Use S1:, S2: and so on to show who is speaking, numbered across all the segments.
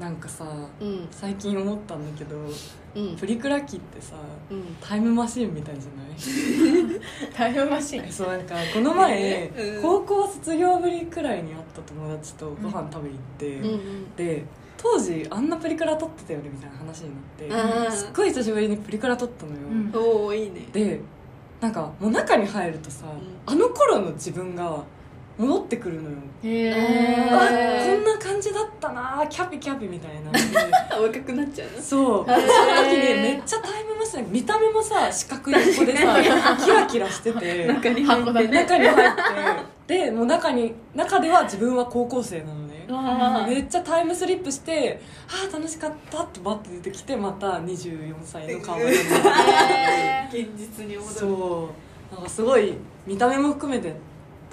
S1: なんかさ
S2: うん
S1: 最近思ったんだけど
S2: うん
S1: プリクラ機ってさ
S2: うん
S1: タイムマシーンみたいじゃ
S2: タイムマシ
S1: な
S2: ン
S1: いそうなんかこの前、
S2: うん
S1: 高校卒業ぶりくらいに会った友達とご飯食べに行って、
S2: うんうん
S1: で当時あんなプリクラ撮ってたよねみたいな話になって、
S2: あ
S1: すっ
S2: ー
S1: ごい久しぶりにプリクラ撮ったのよ、
S3: うん
S2: おおいいね
S1: でなんかもう中に入るとさ、
S2: う
S1: あの頃の自分が戻ってくるのよ、
S3: へ
S2: へ
S1: あ
S2: ー
S1: こんな感じだったなキャピキャピみたいな
S2: 若くなっちゃう
S1: そうその時にめっちゃタイムマシン見た目もさ四角い横で さキラキラしてて
S2: 中に
S3: 箱だね
S1: 中に入ってでもう中に中では自分は高校生なのね
S2: わ
S1: めっちゃタイムスリップして「ああ楽しかった」ってバッて出てきてまた24歳の顔になる
S2: 現実に戻る
S1: そうなんかすごい見た目も含めて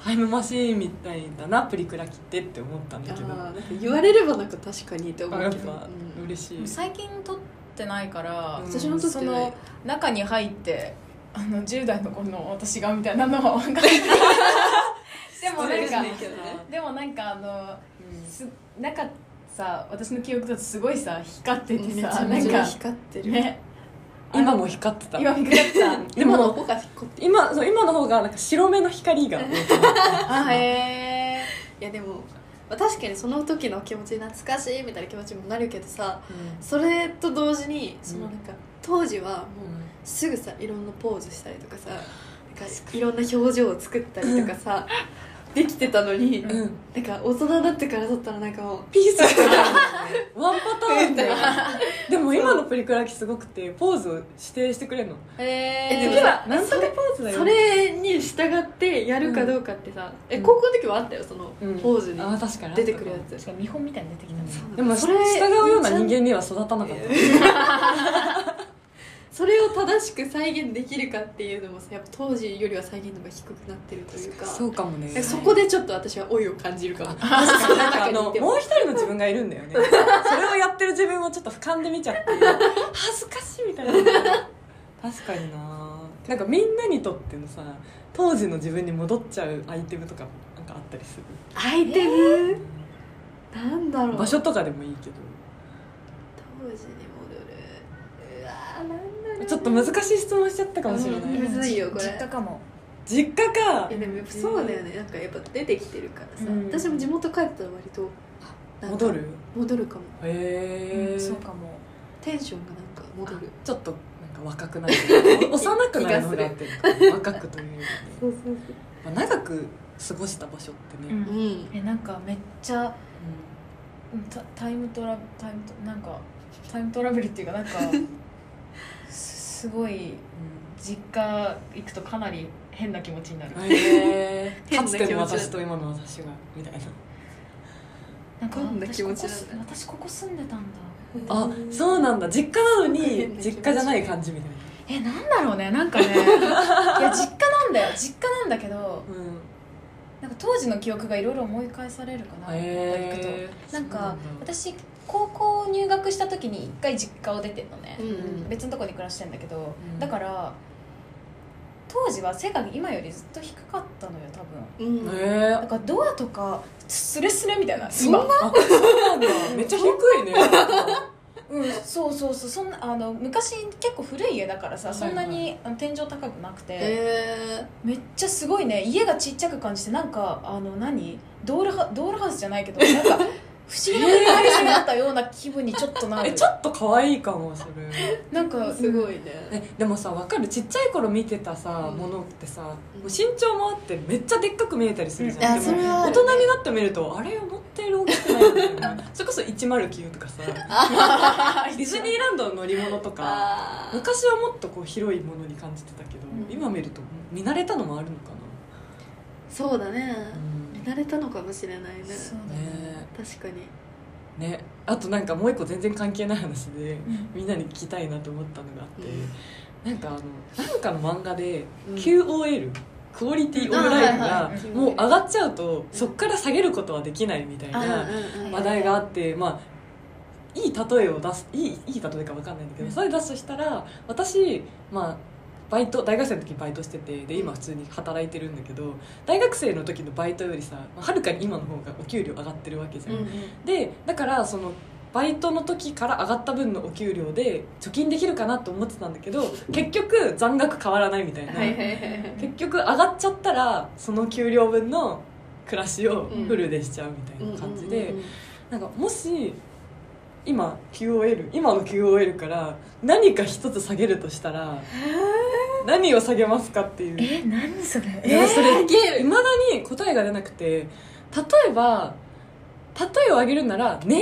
S1: タイムマシーンみたいだなプリクラ切ってって思ったんだけど
S2: あー言われればなんか確かにって思
S1: あや
S2: う
S1: っ
S2: けど
S1: ぱ
S2: うん
S1: 嬉しい、
S3: 最近撮ってないから
S1: うん
S2: 私も撮っ
S3: そ
S2: てない
S3: の中に入ってあの10代の頃の私がみたいなのは分かんないでも
S2: 失礼し
S3: な
S2: なんい
S3: か
S2: けどね
S3: でもなんかあのすなんかさ私の記憶だとすごいさ光っててさ
S2: め
S3: な
S2: ちゃめ
S3: ん
S2: ちゃ
S3: か
S2: 光ってる
S3: ね
S1: 今も光ってた
S3: 今光ってた
S1: で
S2: 今の
S1: も
S2: 方が光ってる
S1: 今そう今の方がなんか白目の光が多い か
S3: あへえ
S2: いやでもまあ確かにその時の気持ち懐かしいみたいな気持ちもなるけどさそれと同時にそのなんか当時はもうすぐさいろんなポーズしたりとかさなんかいろんな表情を作ったりとかさできてたのに、
S1: うん、うん、
S2: なんか大人になってからだったらなんかもう
S1: ピース してないワンパターンででも今のプリクラ機すごくてポーズを指定してくれるの
S2: え
S3: でも
S2: でも
S3: さ
S2: さ
S1: なんとかポーズだよ
S2: それに従ってやるかどうかってさ、え高校の時はあったよその
S1: うん
S2: ポーズに
S1: あ確かに
S2: 出てくるやつ、
S3: 確かに見本みたいに出てきたね
S2: そう
S1: でも
S2: そ
S1: そ
S2: れ
S1: れ従うような人間には育たなかった
S2: それを正しく再現できるかっていうのもさやっぱ当時よりは再現度が低くなってるというか
S1: そうかもね
S2: えそこでちょっと私は老いを感じるかも
S1: なんかあのもう一人の自分がいるんだよねそれをやってる自分をちょっと俯瞰で見ちゃって恥ずかしいみたいな確かにななんかみんなにとってのさ当時の自分に戻っちゃうアイテムとかなんかあったりする、
S2: アイテム、なんだろう
S1: 場所とかでもいいけ
S2: 当時に戻るうわーなんだろ
S1: ど
S2: う
S1: ちょっと難しい質問しちゃったかもしれない、
S2: うんむずいよこれ
S3: 実家かも
S1: 実家か
S2: いやでもやっぱそうだよねなんかやっぱ出てきてるからさ、
S1: うん
S2: 私も地元帰ったら割となんか
S1: 戻る
S2: 戻るかも
S1: へえ、
S3: うんそうかも
S2: テンションがなんか戻る
S1: ちょっとなんか若くなる幼くなるのが合ってるかも若くというよりね
S2: そうそう
S1: まあ長く過ごした場所ってね、
S2: そううん
S3: えなんかめっち
S1: う
S3: ゃ
S1: ん
S3: うんタタイムトラタイムトなんかタイムトラベルっていうかな んかすすごい実家行くとかなり変な気持ちになる
S1: へえ
S2: 変
S1: か
S2: な気
S1: つ
S2: 持ちだ
S1: ての私と今の私がみたいな
S3: なんか
S2: どんな
S3: 私
S2: 気持ち
S3: ここ
S2: なんだ
S3: す私ここ住んでたんだ
S1: あそうなんだ実家なの
S2: 変
S1: に
S2: な気持ち
S1: 実家じゃない感じみたいな
S3: えなんだろうねな んかねいや実家なんだよ実家なんだけど
S1: うん
S3: なんか当時の記憶がいろいろ思い返されるかなやっぱ行
S1: へ
S3: くと
S1: え
S3: なんか私高校入学した時に一回実家を出てんのね、
S2: うんうん
S3: 別のとこに暮らしてんだけど、
S1: うん
S3: だから当時は背が今よりずっと低かったのよ多分
S2: うん
S1: へえ
S3: だからドアとかスレスレみたいな
S2: そんな
S3: 今
S1: あそうなんだめっちゃ低いね
S3: うん、そうそうそうそんなあの昔結構古い家だからさそんな
S1: はいは
S3: にあの天井高くなくて、
S2: え
S3: めっちゃすごいね家がちっちゃく感じてなんかあの何ドールハドールハウスじゃないけど なんか不思議な繰り返しになったような気分にちょっとな
S1: え
S3: る
S1: ちょっと可愛いかもそれ
S3: なんか
S2: ー、すごい
S3: い
S2: ね
S1: えでもさわかるちっちゃい頃見てたさ
S2: うん
S1: ものってさも
S2: うん
S1: う身長もあってめっちゃでっかく見えたりするじ
S2: い
S1: ゃ
S2: や
S1: ん
S2: そ
S1: で
S2: れ
S1: も
S2: はあ
S1: 大
S2: る
S1: 人になってみるとあれ思ってる大きくないみたいなそれこそ109とかさディズニーランドの乗り物とか
S2: あー
S1: 昔はもっとこう広いものに感じてたけど、
S3: うん
S1: 今見ると見慣れたのもあるのか
S2: そうだね
S1: な、
S2: 見慣れたのかもしれないね
S3: そうだね
S1: ね
S2: 確かに
S1: ねあとなんかもう一個全然関係ない話で
S3: うん
S1: みんなに聞きたいなと思ったのがあって、
S2: うん
S1: なんかあのなんかの漫画で
S2: うん
S1: QOL、クオリティオブライフ
S3: あはい
S1: が
S3: はい
S1: もう上がっちゃうとそっから下げることはできないみたいな
S2: うんうんうん
S1: 話題があってまあいい例えを出すいいいい例えか分かんないんだけど、
S3: うん
S1: それ出すとしたら私、まあ、バイト大学生の時バイトしててで今普通に働いてるんだけど大学生の時のバイトよりさまあはるかに今の方がお給料上がってるわけじゃん。
S2: うん
S1: でだからそのバイトの時から上がった分のお給料で貯金できるかなと思ってたんだけ ど結局残額変わらないみたいな、
S2: はいはいはいはい
S1: 結局上がっちゃったらその給料分の暮らしをフルでしちゃうみたいな感じで、
S2: うんうんうん
S1: なんかもし今 QOL 今の QOL から何か一つ下げるとしたら何を下げますかっていう
S3: え何それ
S1: いやそれ
S2: 下げる
S1: いまだに答えが出なくて例えば例えを挙げるならネイ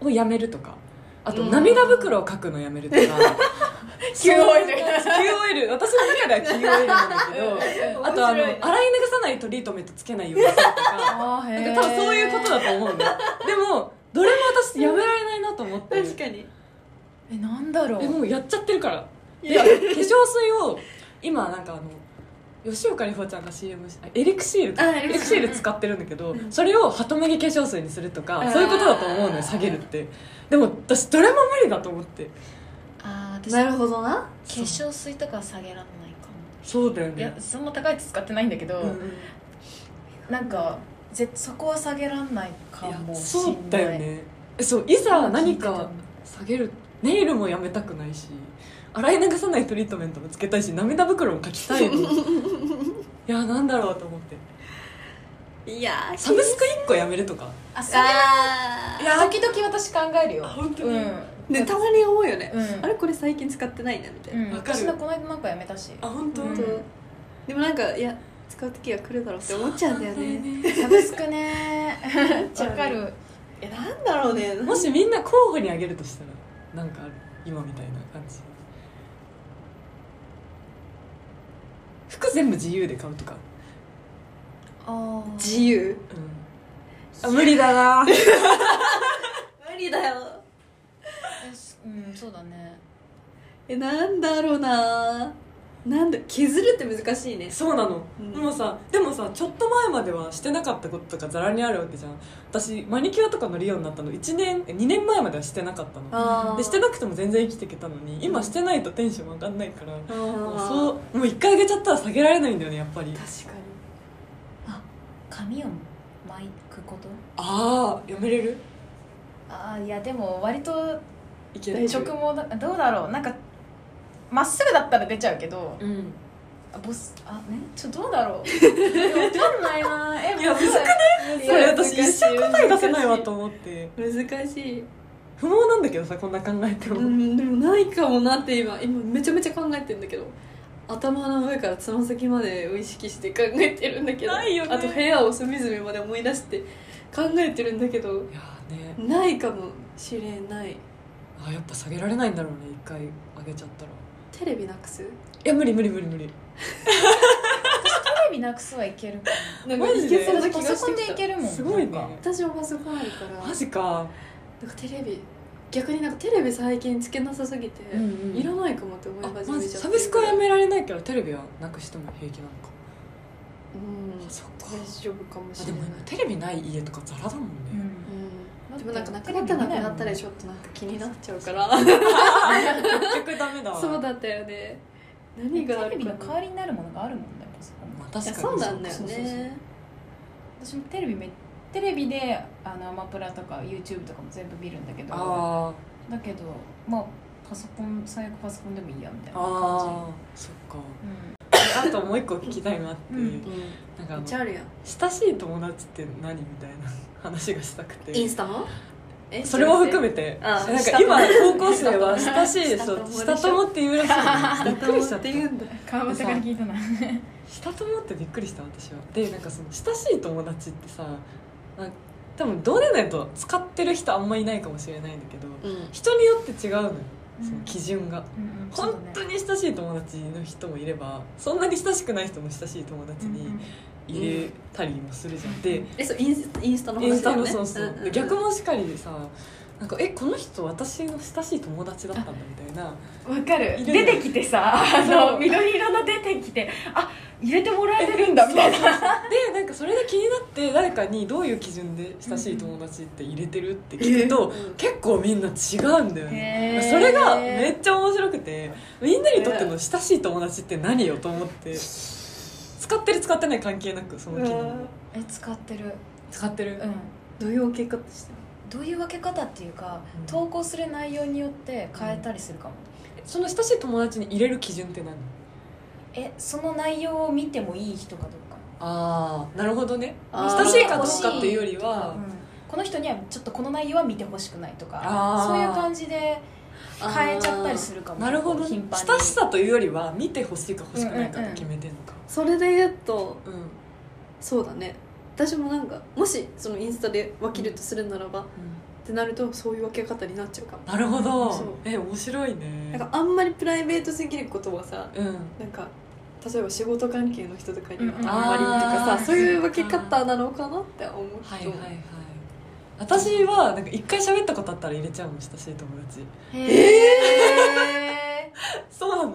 S1: ルをやめるとかあと
S2: うん
S1: 涙袋を描くのやめ るとか
S2: QOL
S1: QOL 私の中では QOL なんだけど
S2: うん
S1: あとあの
S2: 面
S1: 洗い
S2: 白い
S1: 流
S2: な
S1: さないトリートメントつけないようにするとか
S3: あー
S1: な
S3: へ
S1: ん
S3: え
S1: か多分そういうことだと思うんだよでもどれも私やめられないなと思って
S2: 確かに
S3: えなんだろう
S1: えもうやっちゃってるから
S2: い
S1: で化
S2: や
S1: 粧水を今なんかあの吉岡里帆ちゃんが CM しあエリクシールか
S2: あエ
S1: エ
S2: リ
S1: リ
S2: ク
S1: ク
S2: シ
S1: シ
S2: ール
S1: ール使ってるんだけど
S2: うん
S1: それをハトメギ化粧水にすると
S2: あ
S1: か
S2: ー
S1: そういうことだと思うのよ下げるってでも私どれも無理だと思って
S3: あー私
S2: な
S3: 化
S2: るほどな
S3: 粧水とかは下げられないかも
S1: そうだよ
S3: いやそんな高いやつ使ってないんだけど、
S1: うん
S3: なんかぜそこは下げらんないか
S1: い
S3: も
S1: や
S3: しんな
S1: そ
S3: いう
S1: だよねえそういざ何
S3: 聞い
S1: か
S3: て
S1: 下げるネイルもやめたくないし洗い流さないトリートメントもつけたいし涙袋も描きたいのいやなんだろうと思って
S2: いやー
S1: サブスク1個やめるとか
S3: たあそれ
S2: あー
S1: いや
S3: 時々私考えるよ
S1: 本当
S3: うん、
S2: ねたまに思うよね
S3: うん
S2: あれこれ最近使ってないなみたいな
S3: うん、
S1: わかる
S3: 私のこの間なんかやめたし
S1: あ本当
S3: うん
S2: 本当でもなんかいや使う時が来るだろうって思っちゃうんだよね
S3: サブスク ねわかる
S2: えなんだろうね
S1: もしみんな候補にあげるとしたらなんかある今みたいな感じ服全部自由で買うとか、
S3: あー
S2: 自由
S1: うん、あ無理だな
S2: 無理だよ
S3: えすうんそうだね
S2: えなんだろうななんだ削るって難しいね
S1: そうなの、
S2: うん
S1: でもさでもさちょっと前まではしてなかったこととかざらにあるわけじゃん私マニキュアとか乗るようになったの1年2年前まではしてなかったの
S2: あー
S1: でしてなくても全然生きていけたのに今してないとテンション上がんないから
S2: あ
S1: もう
S2: ー
S1: そうもう一回あげちゃったら下げられないんだよねやっぱり
S2: 確かに
S3: 髪を巻くこと
S1: ああやめれる
S3: ああいやでも割と
S1: いけ
S2: 大丈
S3: 直毛だどうだろうなんかまっすぐだったら出ちゃうけど
S1: うん
S3: あボスあねちょどうだろうわかんないなえ
S1: いやむずく
S3: ない
S1: それ私
S2: 難
S1: 一
S2: しい
S1: 生答え出せないわと思って
S2: 難しい
S1: 不毛なんだけどさこんな考えて
S2: う
S1: も、
S2: んでもないかもなって今今めちゃめちゃ考えてんだけど頭の上からつま先までを意識して考えてるんだけど
S1: ないよね
S2: あと部屋を隅々まで思い出して考えてるんだけど
S1: いやーね
S2: ないかもしれない
S1: あやっぱ下げられないんだろうね一回上げちゃったらい
S2: テレビなくす
S1: や無理無理無理無理
S3: テレビなくすはいけるか
S2: なんか
S1: マ
S2: い
S1: ジで
S2: け
S1: そ
S2: そ
S1: ん
S2: うな
S3: 私
S2: 気
S3: パ
S2: が
S3: ソコ
S2: し
S3: ン
S2: て
S3: でい
S2: きた
S3: けるもん
S1: すごいね
S3: なんか
S2: 私もパソコンあるから
S1: マジか
S2: なんかテレビ逆になんかテレビ最近つけなさすぎて、
S1: ん
S2: いらないかもって思い
S1: あ
S2: 始
S1: マ
S2: め
S1: ジ
S2: ちゃって
S1: サブスクはやめられないけどテレビはなくしても平気なのか
S2: うん
S1: あそっか
S2: 大丈夫かもし
S1: あ
S2: れ
S1: で
S2: ない
S1: も今テレビない家とかザラだもんね、
S3: うん
S2: うんでもなんかなくなったらなくなったらちょっとなんか気になっちゃうから
S1: 結局ダメだわ
S2: そうだったよね何があ
S3: テレ
S2: る
S3: ビ
S2: か
S3: の
S2: な
S3: 代わりになるものがあるもんねパソコン
S1: まあ確かに
S2: いやそうなんだよ
S1: そうそうそう
S2: ね
S3: 私もテレビめテレビであのアマプラとか YouTube とかも全部見るんだけど
S1: あ
S3: だけどまあパソコン最悪パソコンでもいいやみたい
S1: ー
S3: な感
S1: あーそっか
S3: じ、うん、
S1: あともう一個聞きたいなっていう、
S3: うん
S2: うん
S1: なんかあ
S2: めっ
S1: の
S2: ちゃあるやん
S1: 親しい友達って何みたいな 話がしたくて
S2: インスタも
S1: それも含
S2: め
S1: めて
S2: あ
S1: なんか
S2: 下
S1: 今高校生は親しいでしょ
S2: 下友でし
S1: 下
S2: ょ
S1: 友って言うらしいびっ
S2: 下
S1: くりしち
S2: 友
S1: ゃ
S2: っ
S1: って
S2: 言うんだ
S3: 川端から聞いたな
S1: た下友ってびっくりした私はでなんかその親しい友達ってさあ多分同年代だと使ってる人あんまいないかもしれないんだけど
S2: うん
S1: 人によって違うのよ
S3: うん
S1: その基準が、
S3: うんうん
S1: 本当に親しい友達の人もいればそんなに親しくない人も親しい友達に入れたりもするじゃん、で
S2: えそうインスインスタの話
S1: インスタの
S2: だよ
S1: そ
S2: ね
S1: うそう、
S2: んんん
S1: で逆もしかりでさなんかえこの人私の親しい友達だったんだみたいな
S3: わかる
S1: いる
S3: 出
S1: よ
S3: てきてさあ
S1: そう
S3: の緑色の出てきてあ入れてもらえてるんだみたいな
S1: そうそうそうでなんかそれで気になって誰かにどういう基準で親しい友達って入れてるって聞くと、
S2: うん
S1: 結構みんな違うんだよね
S3: へー
S1: それがめっちゃ面白くてみんなにとっての親しい友達って何よと思って使ってる使ってない関係なくその機
S2: うわ
S1: 能
S2: ー
S3: え使ってる
S1: 使って
S3: う
S1: る
S3: ん
S2: どういう系かってして
S3: どういう分け方っていうか、
S1: うん
S3: 投稿する内容によって変えたりするかも、
S1: その親しい友達に入れる基準って何
S3: えその内容を見てもいい人かどうか
S1: ああなるほどね
S2: あ
S1: 親
S2: ー
S1: しいかどうかっていうよりは
S3: この人にはちょっとこの内容は見てほしくないとか
S1: あー
S3: そういう感じで変えちゃったりするかも
S1: なるほどね
S3: 頻
S1: 親
S3: 繁に
S1: しさというよりは見てほしいか欲しくないかって決めてんのか
S2: それで言うと
S1: うん
S2: そうだね私もなんかもしそのインスタで分けるとするならば、ってなるとそういう分け方になっちゃうかも
S1: なるほ
S2: そう
S1: どえ面白い
S2: なん
S1: ね
S2: かあんまりプライベートすぎることはさ
S1: うん
S2: なんか例えば仕事関係の人とかには
S3: うん
S2: あんまりとかさ、
S1: あー
S2: そういう分け方なのかなって思うと、
S1: はいはいはい私はなんか一回喋ったことあったら入れちゃうの親しい友 達
S3: え
S1: そうなの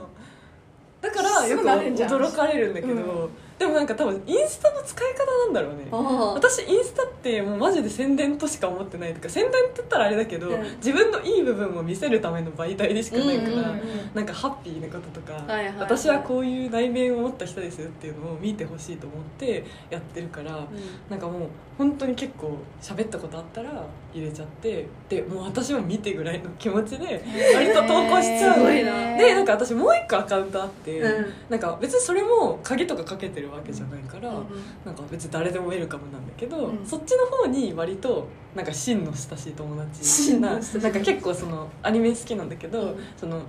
S1: だからよく
S3: すぐ慣れんじゃん
S1: 驚かれるんだけど、
S3: うん
S1: でもなんか多分インスタの使い方なんだろうね
S2: あ
S1: 私インスタってもうマジで宣伝としか思ってないとか宣伝って言ったらあれだけど、
S2: うん
S1: 自分のいい部分を見せるための媒体でしかないから、
S2: うんうんうん
S1: なんかハッピーなこととか、
S2: はいはいはい
S1: 私はこういう内面を持った人ですよっていうのを見てほしいと思ってやってるから、
S2: あ、うん
S1: なんかもう本当に結構喋ったことあったら入れちゃってでもう私は見てぐらいの気持ちで割と投稿しちゃうの、
S2: へーすごいな
S1: でなんか私もう一個アカウントあって、
S2: うん
S1: なんか別にそれも鍵とかかけてるわけじゃないから、
S2: うん
S1: なんか別に誰でもウェルカムなんだけど、
S2: うん
S1: そっちの方に割となんか真の親しい友達
S2: 真の
S1: なな
S2: 親
S1: ん
S2: しい
S1: か結構そのアニメ好きなんだけど、
S2: うん
S1: その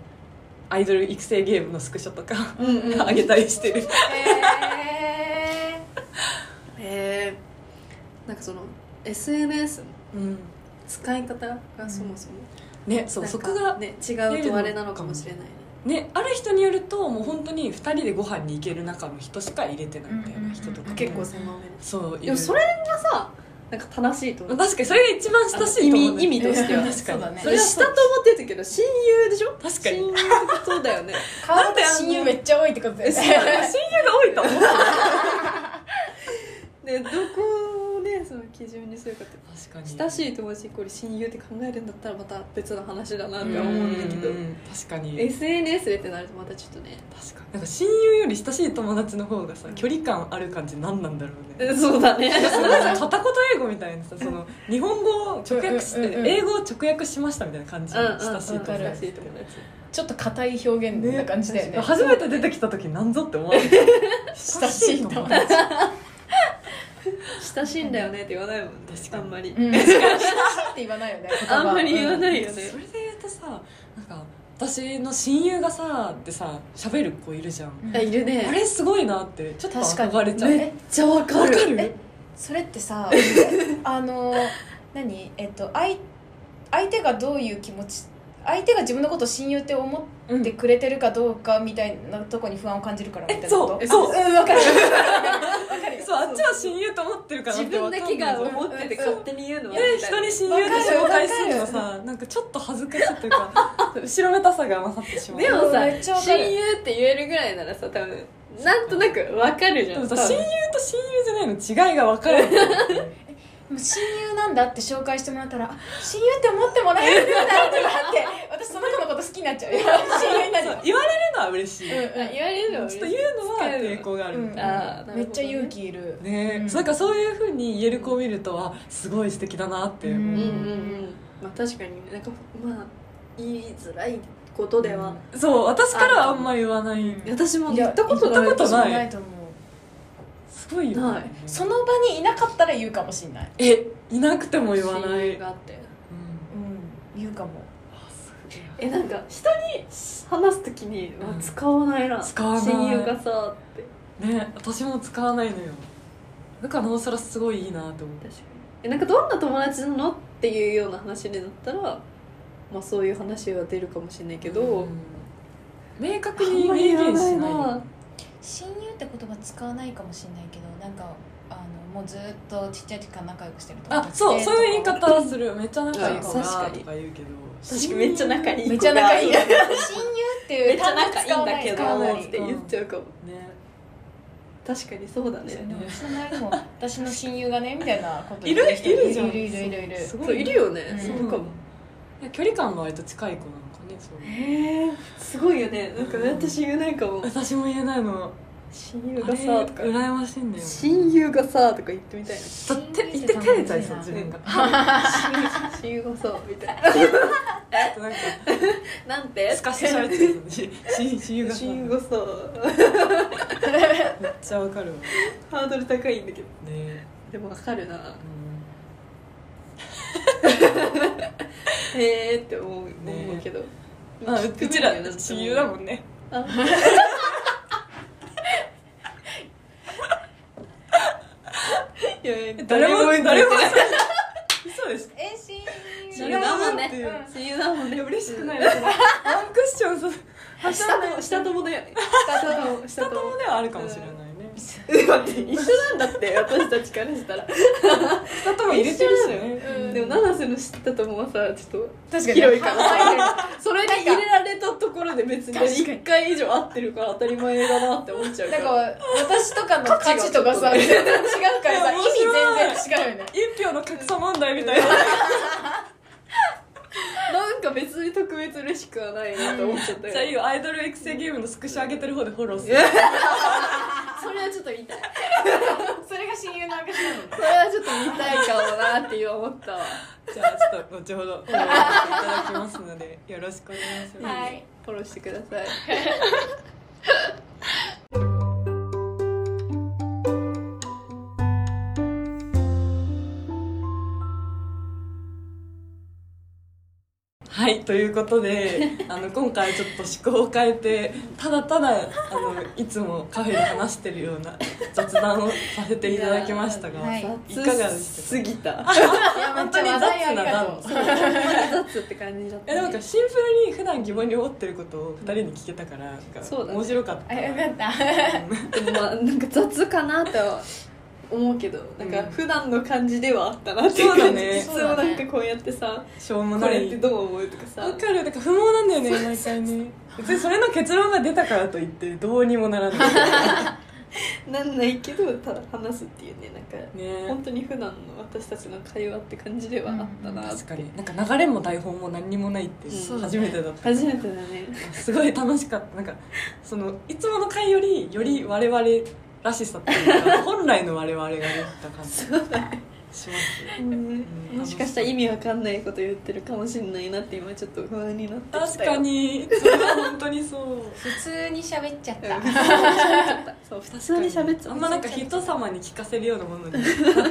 S1: アイドル育成ゲームのスクショとか
S2: うんうん
S1: あげたりしてる
S3: え
S2: えー、なんかその SNS の
S1: うん
S2: 使い方がそもそも、
S1: ねそう
S2: なん
S1: そ
S2: か
S1: こが
S2: ね違うとあれなのかもしれないね
S1: ねある人によるともう本当に2人でご飯に行ける中の人しか入れてないみたいな人とか、
S3: うん
S2: 結構狭めです
S1: そういる
S2: でもそれがさなんか正しいと思う
S1: 確かにそれが一番親しいと思う
S2: 意味意味と しては
S1: 確か
S3: そう
S1: に
S3: だね
S2: それは下と思ってるけど親友でしょ
S1: 確かに
S2: 親友ってそうだよね
S3: 顔と親友めっちゃ多いってことだよ
S1: 親友が
S3: ね
S1: 多いと思う確
S2: でどこをねその基準にするかって
S1: かに
S2: 親しい友達イコール親友って考えるんだったらまた別の話だなっ
S1: うん
S2: て
S1: う
S2: 思うんんだけど
S1: うん確かに
S2: SNS でってなるとまたちょっとね
S1: 確かになんか親友より親しい友達の方がさ
S2: うん
S1: 距離感ある感じ何なんだろう ね
S2: そうだね
S1: そのさ片言英語みたいなさその日本語を直訳し
S3: うんうん
S1: て
S3: うんうん
S1: 英語を直訳しましたみたいな感じ
S2: うんうんうん
S1: 親しい友
S3: わかる
S2: 親
S1: 達
S2: しい友達
S3: ちょっと硬い表現な感じだよね
S1: 初めて出てきた時なんぞって思われた 親しい友達
S2: 親しいんだよねって言わないもんね
S1: 確か
S2: あ
S1: に
S2: んまり、
S3: うん親しいって言わないよね言葉
S2: あんまり言わないよね、
S1: それで言うとさなんか私の親友がさってさ喋る子いるじゃん
S3: うん
S2: あいるね
S1: あれすごいなってちょっと
S3: 確かに
S1: 憧れちゃう
S3: めっ
S2: ちゃわか
S1: わかる
S3: えそれって さあの何えっと相相手がどういう気持ち相手が自分のことを親友って思
S1: うん
S3: ってくれてるかどうかみたいなとこに不安を感じるからみたいなこと
S1: えそう
S3: あうんわかるわかるよ
S1: そうあっちは親友と思ってるから
S2: 自分だけが思ってて勝手に言うのは
S1: で
S2: みたい
S1: 人
S2: な
S1: に親友で紹介するのさなんかちょっと恥ずかしいというか後ろめたさが勝ってしまう
S2: でもさ
S3: めっちゃわか
S2: 親
S3: る
S2: 友って言えるぐらいならさ多分なんとなくわかるじ
S1: で
S2: ゃん
S1: もさ
S2: 多分
S1: 親友と親友じゃないの違いが分か る
S3: でも親友なんだって紹介してもらったらあ親友って思ってもらえるんだってなって私その子のこと好きになっちゃうよ親友になる
S1: そう言われるのは嬉しい、
S3: うん
S2: あ言われるのは
S1: ちょっ
S2: 嬉し
S1: と
S2: い
S1: 言うのは抵抗があるみたいな、
S2: あーなるほどね
S3: めっちゃ勇気いる
S1: ね
S3: うん
S1: なんかそういうふうに言える子を見るとあすごい素敵だなって思う、
S2: うんうんうんまあ確かになんかまあ言いづらいことでは、
S1: そう私からはあんま言わない、
S3: うん
S2: 私も
S3: い
S2: 言
S3: や
S2: ったことない
S1: 言ったことない
S3: 私もないと思う
S1: すごいよ、
S2: ない
S3: その場にいなかったら言うかもしれない、
S1: えいなくても言わな
S2: 親
S1: い、
S2: 友があって
S3: うん、言うかも
S1: あすげえ
S2: えなんか人に話すときには
S1: うん
S2: 使わないな、
S1: 使わない
S2: 親友がさって
S1: ね私も使わないのよだからなおさらすごいいいなと思って
S2: 確かにえなんかどんな友達なのっていうような話になったらまあそういう話は出るかもしれないけど、
S1: うん明確に明言しない
S2: あんまり言わない
S1: よ
S2: な
S3: 親友って言葉使わないかもしれないけどなんかあのもうずっとちっちゃい時から仲良くしてる友
S1: あ
S3: 達
S1: そう
S3: で
S1: そういう言い方はするめっちゃ仲いい子
S2: うん確
S1: が
S2: かに
S1: とか言うけど
S2: 確かにめっちゃ仲いい子が
S3: めっちゃ仲いい
S2: め
S3: 親
S2: っ
S3: 友ってい
S2: ち
S3: う
S2: ゃ
S3: 単語
S2: 仲いいんだけ
S3: 使わない
S2: どって言っちゃうかも、
S1: ね
S2: 確かにそうだね
S3: でもうちの周りも私の親友がねみたいなこと
S1: いる
S3: 言う人
S1: いるじゃん
S3: いるいるいるいる
S1: すご
S2: そういるよね、
S3: うん
S2: そうかも
S1: いや距離感が割と近い子なのかねそう
S2: へえすごいよねなんか
S1: うん
S2: 私言えないかも
S1: 私も言えないの
S2: 親友
S1: あれ
S2: がさとか
S1: 羨ましいんだよ
S2: 親友がさとか言ってみたいな
S1: だって言って照れちゃいそう自分が
S2: 親友がさみたいな
S1: なんか
S2: なんて
S1: すかして喋ってるのにし親友がさ
S2: 親友がさ
S1: めっちゃわかるわね
S2: ハードル高いんだけど
S1: え
S2: でもわかるな
S1: うん
S2: へーって思う,、
S1: ね
S2: 思うけど
S1: あうちら
S2: なんて思う
S1: 親友だもんね
S2: あいやいや
S1: 誰も
S2: 誰も
S1: 誰もそうです
S3: え親
S2: 親友だもんね
S1: 誰もっていう
S2: 親友だもんね嬉し
S1: 少ないですワンクッションさ
S2: 下と下友だよね下友下
S1: 下友ではあるかもしれないね
S2: 待って一緒なんだって私たちからしたら
S1: 下友入れてるしね
S3: うん
S2: でも七瀬の知った友はさちょっと
S3: 確かに
S2: 広いからそれに
S3: なんか
S2: 入れられたところで別に
S3: 確かに
S2: 1回以上会ってるから当たり前だなって思っちゃうか
S3: なんから私とかの価値とかさ
S2: 価値
S3: 全然違うからさ
S1: い
S3: 意
S1: や面白い
S3: 味全然違うよね
S1: 一票の格差問題みたいな
S2: なんか別に特別嬉しくはないなって思っちゃったよ
S1: じゃあいいよアイドル育成ゲームのスクショ上げてる方でフォローす
S2: い
S1: る
S2: やそれはちょっと見たい
S3: それが親友の証なの
S2: それはちょっと見たいかもなって今思ったわ
S1: じゃあちょっと後ほどフォローしていただきますのでよろしくお願いします、
S3: はい
S2: フォローしてください
S1: はいということであの今回ちょっと思考を変えてただただあのいつもカフェで話してるような雑談をさせていただきましたが、
S3: はい
S1: いかがでしたか
S2: すぎた
S3: いや
S1: 本当に雑な
S3: な
S1: の
S2: そうほんまに雑って感じだっ
S1: え
S2: た
S1: でもなん
S2: ね
S1: かシンプルに普段疑問に思ってることを2人に聞けたからなんか
S2: そうだね
S1: 面白か った、
S3: あよかった
S2: でもまあ なんか雑かなとは思うけどなんか
S1: うん
S2: 普段の感じではあったなっていう
S1: そうだ
S2: 感じ、
S1: ね
S2: いつもなんかこうやってさ、
S1: しょうも
S2: こ
S1: な
S2: れ
S1: い
S2: ってどう思うとかさ
S1: わかるだから不毛なんだよね毎回ね別にそれの結論が出たからといってどうにもならない
S2: なんないけどただ話すっていうねなんか
S1: ね
S2: 本当に普段の私たちの会話って感じではあったなって、
S1: 確かになんか流れも台本も何にもないっていう
S2: うん
S1: 初めてだった
S2: 初めてだね
S1: すごい楽しかったなんかそのいつもの回よりより我々らしさっていうか本来の我々が出た感じし
S2: そうだね
S1: ますうん
S2: もしかしたら意味わかんないこと言ってるかもしんないなって今ちょっと不安になってきたよ
S1: 確かにいつも本当にそう
S3: 普通に喋っちゃっ
S2: うん
S3: た
S2: 普通に喋っちゃったそう普通に喋っちゃった
S1: あんまなんか人様に聞かせるようなものになってない感じがあ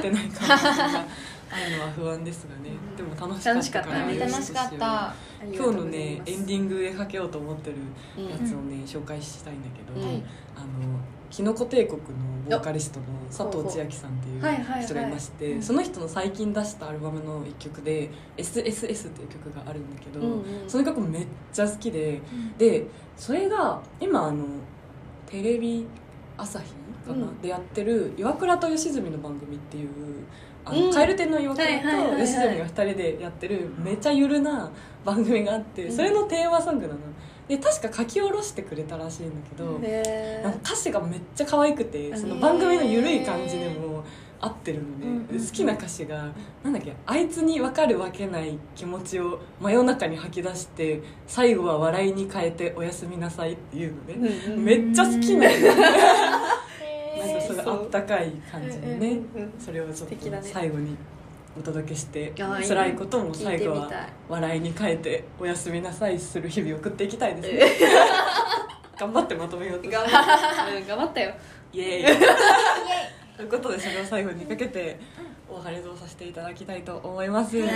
S1: るのは不安ですがねでも楽しかったから
S2: 楽しかった
S3: 楽しかった
S1: 今日のねエンデ
S2: ィ
S1: ィングでかけようと思ってるやつをね、紹介したいんだけど、
S2: うん
S3: はい
S1: あのキノコ帝国のボーカリストの佐藤千亜さんっていう
S3: はいはいはい
S1: 人がいまして、
S3: うん
S1: その人の最近出したアルバムの一曲で「SSS」っていう曲があるんだけど、その曲めっちゃ好きででそれが今あのテレビ朝日かな、
S2: うん
S1: でやってる「岩倉と吉住の番組」っていうあ
S2: う
S1: の
S2: ん
S1: 蛙亭の岩
S2: はいはいはい
S1: 倉
S2: は
S1: と
S2: い
S1: 吉住が2人でやってるめっちゃゆるな番組があって
S2: うん
S1: それのテーマソングなの。で確か書き下ろしてくれたらしいんだけど、
S2: へ
S1: なんか歌詞がめっちゃ可愛くてその
S2: うん
S1: 番組の緩い感じでも合ってるので、
S3: うんうん
S1: 好きな歌詞がなんだっけあいつに分かるわけない気持ちを真夜中に吐き出して最後は笑いに変えておやすみなさいっていうのね、
S2: え
S1: めっちゃ好きなのなんか
S2: ー
S1: それあったかい感じでね、それをちょっ
S2: 素敵だ
S1: と
S2: ね
S1: 最後にお届けして、
S2: あーいいね
S1: 辛いことも
S2: 聞い
S1: 最
S2: て
S1: 後
S2: み
S1: は
S2: たい
S1: 笑いに変えておやすみなさいする日々送っていきたいですね、頑張ってまとめようと
S2: 頑張った頑張ったよ
S1: イエーイということでそれを最後にかけてお別れとさせていただきたいと思います
S2: は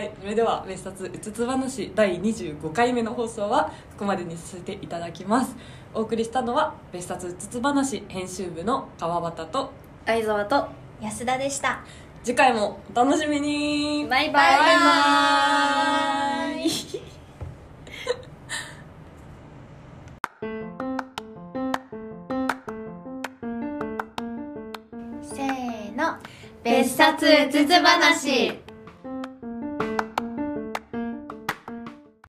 S2: い、
S1: それでは「別冊うつつ話」第25回目の放送はここまでにさせていただきますお送りしたのは「別冊うつつ話」編集部の川端と
S2: 相沢と
S4: 安田でした
S1: 次回もお楽しみに
S2: バイバイ
S1: バ イバイ
S4: せーの
S2: 別冊うつつ話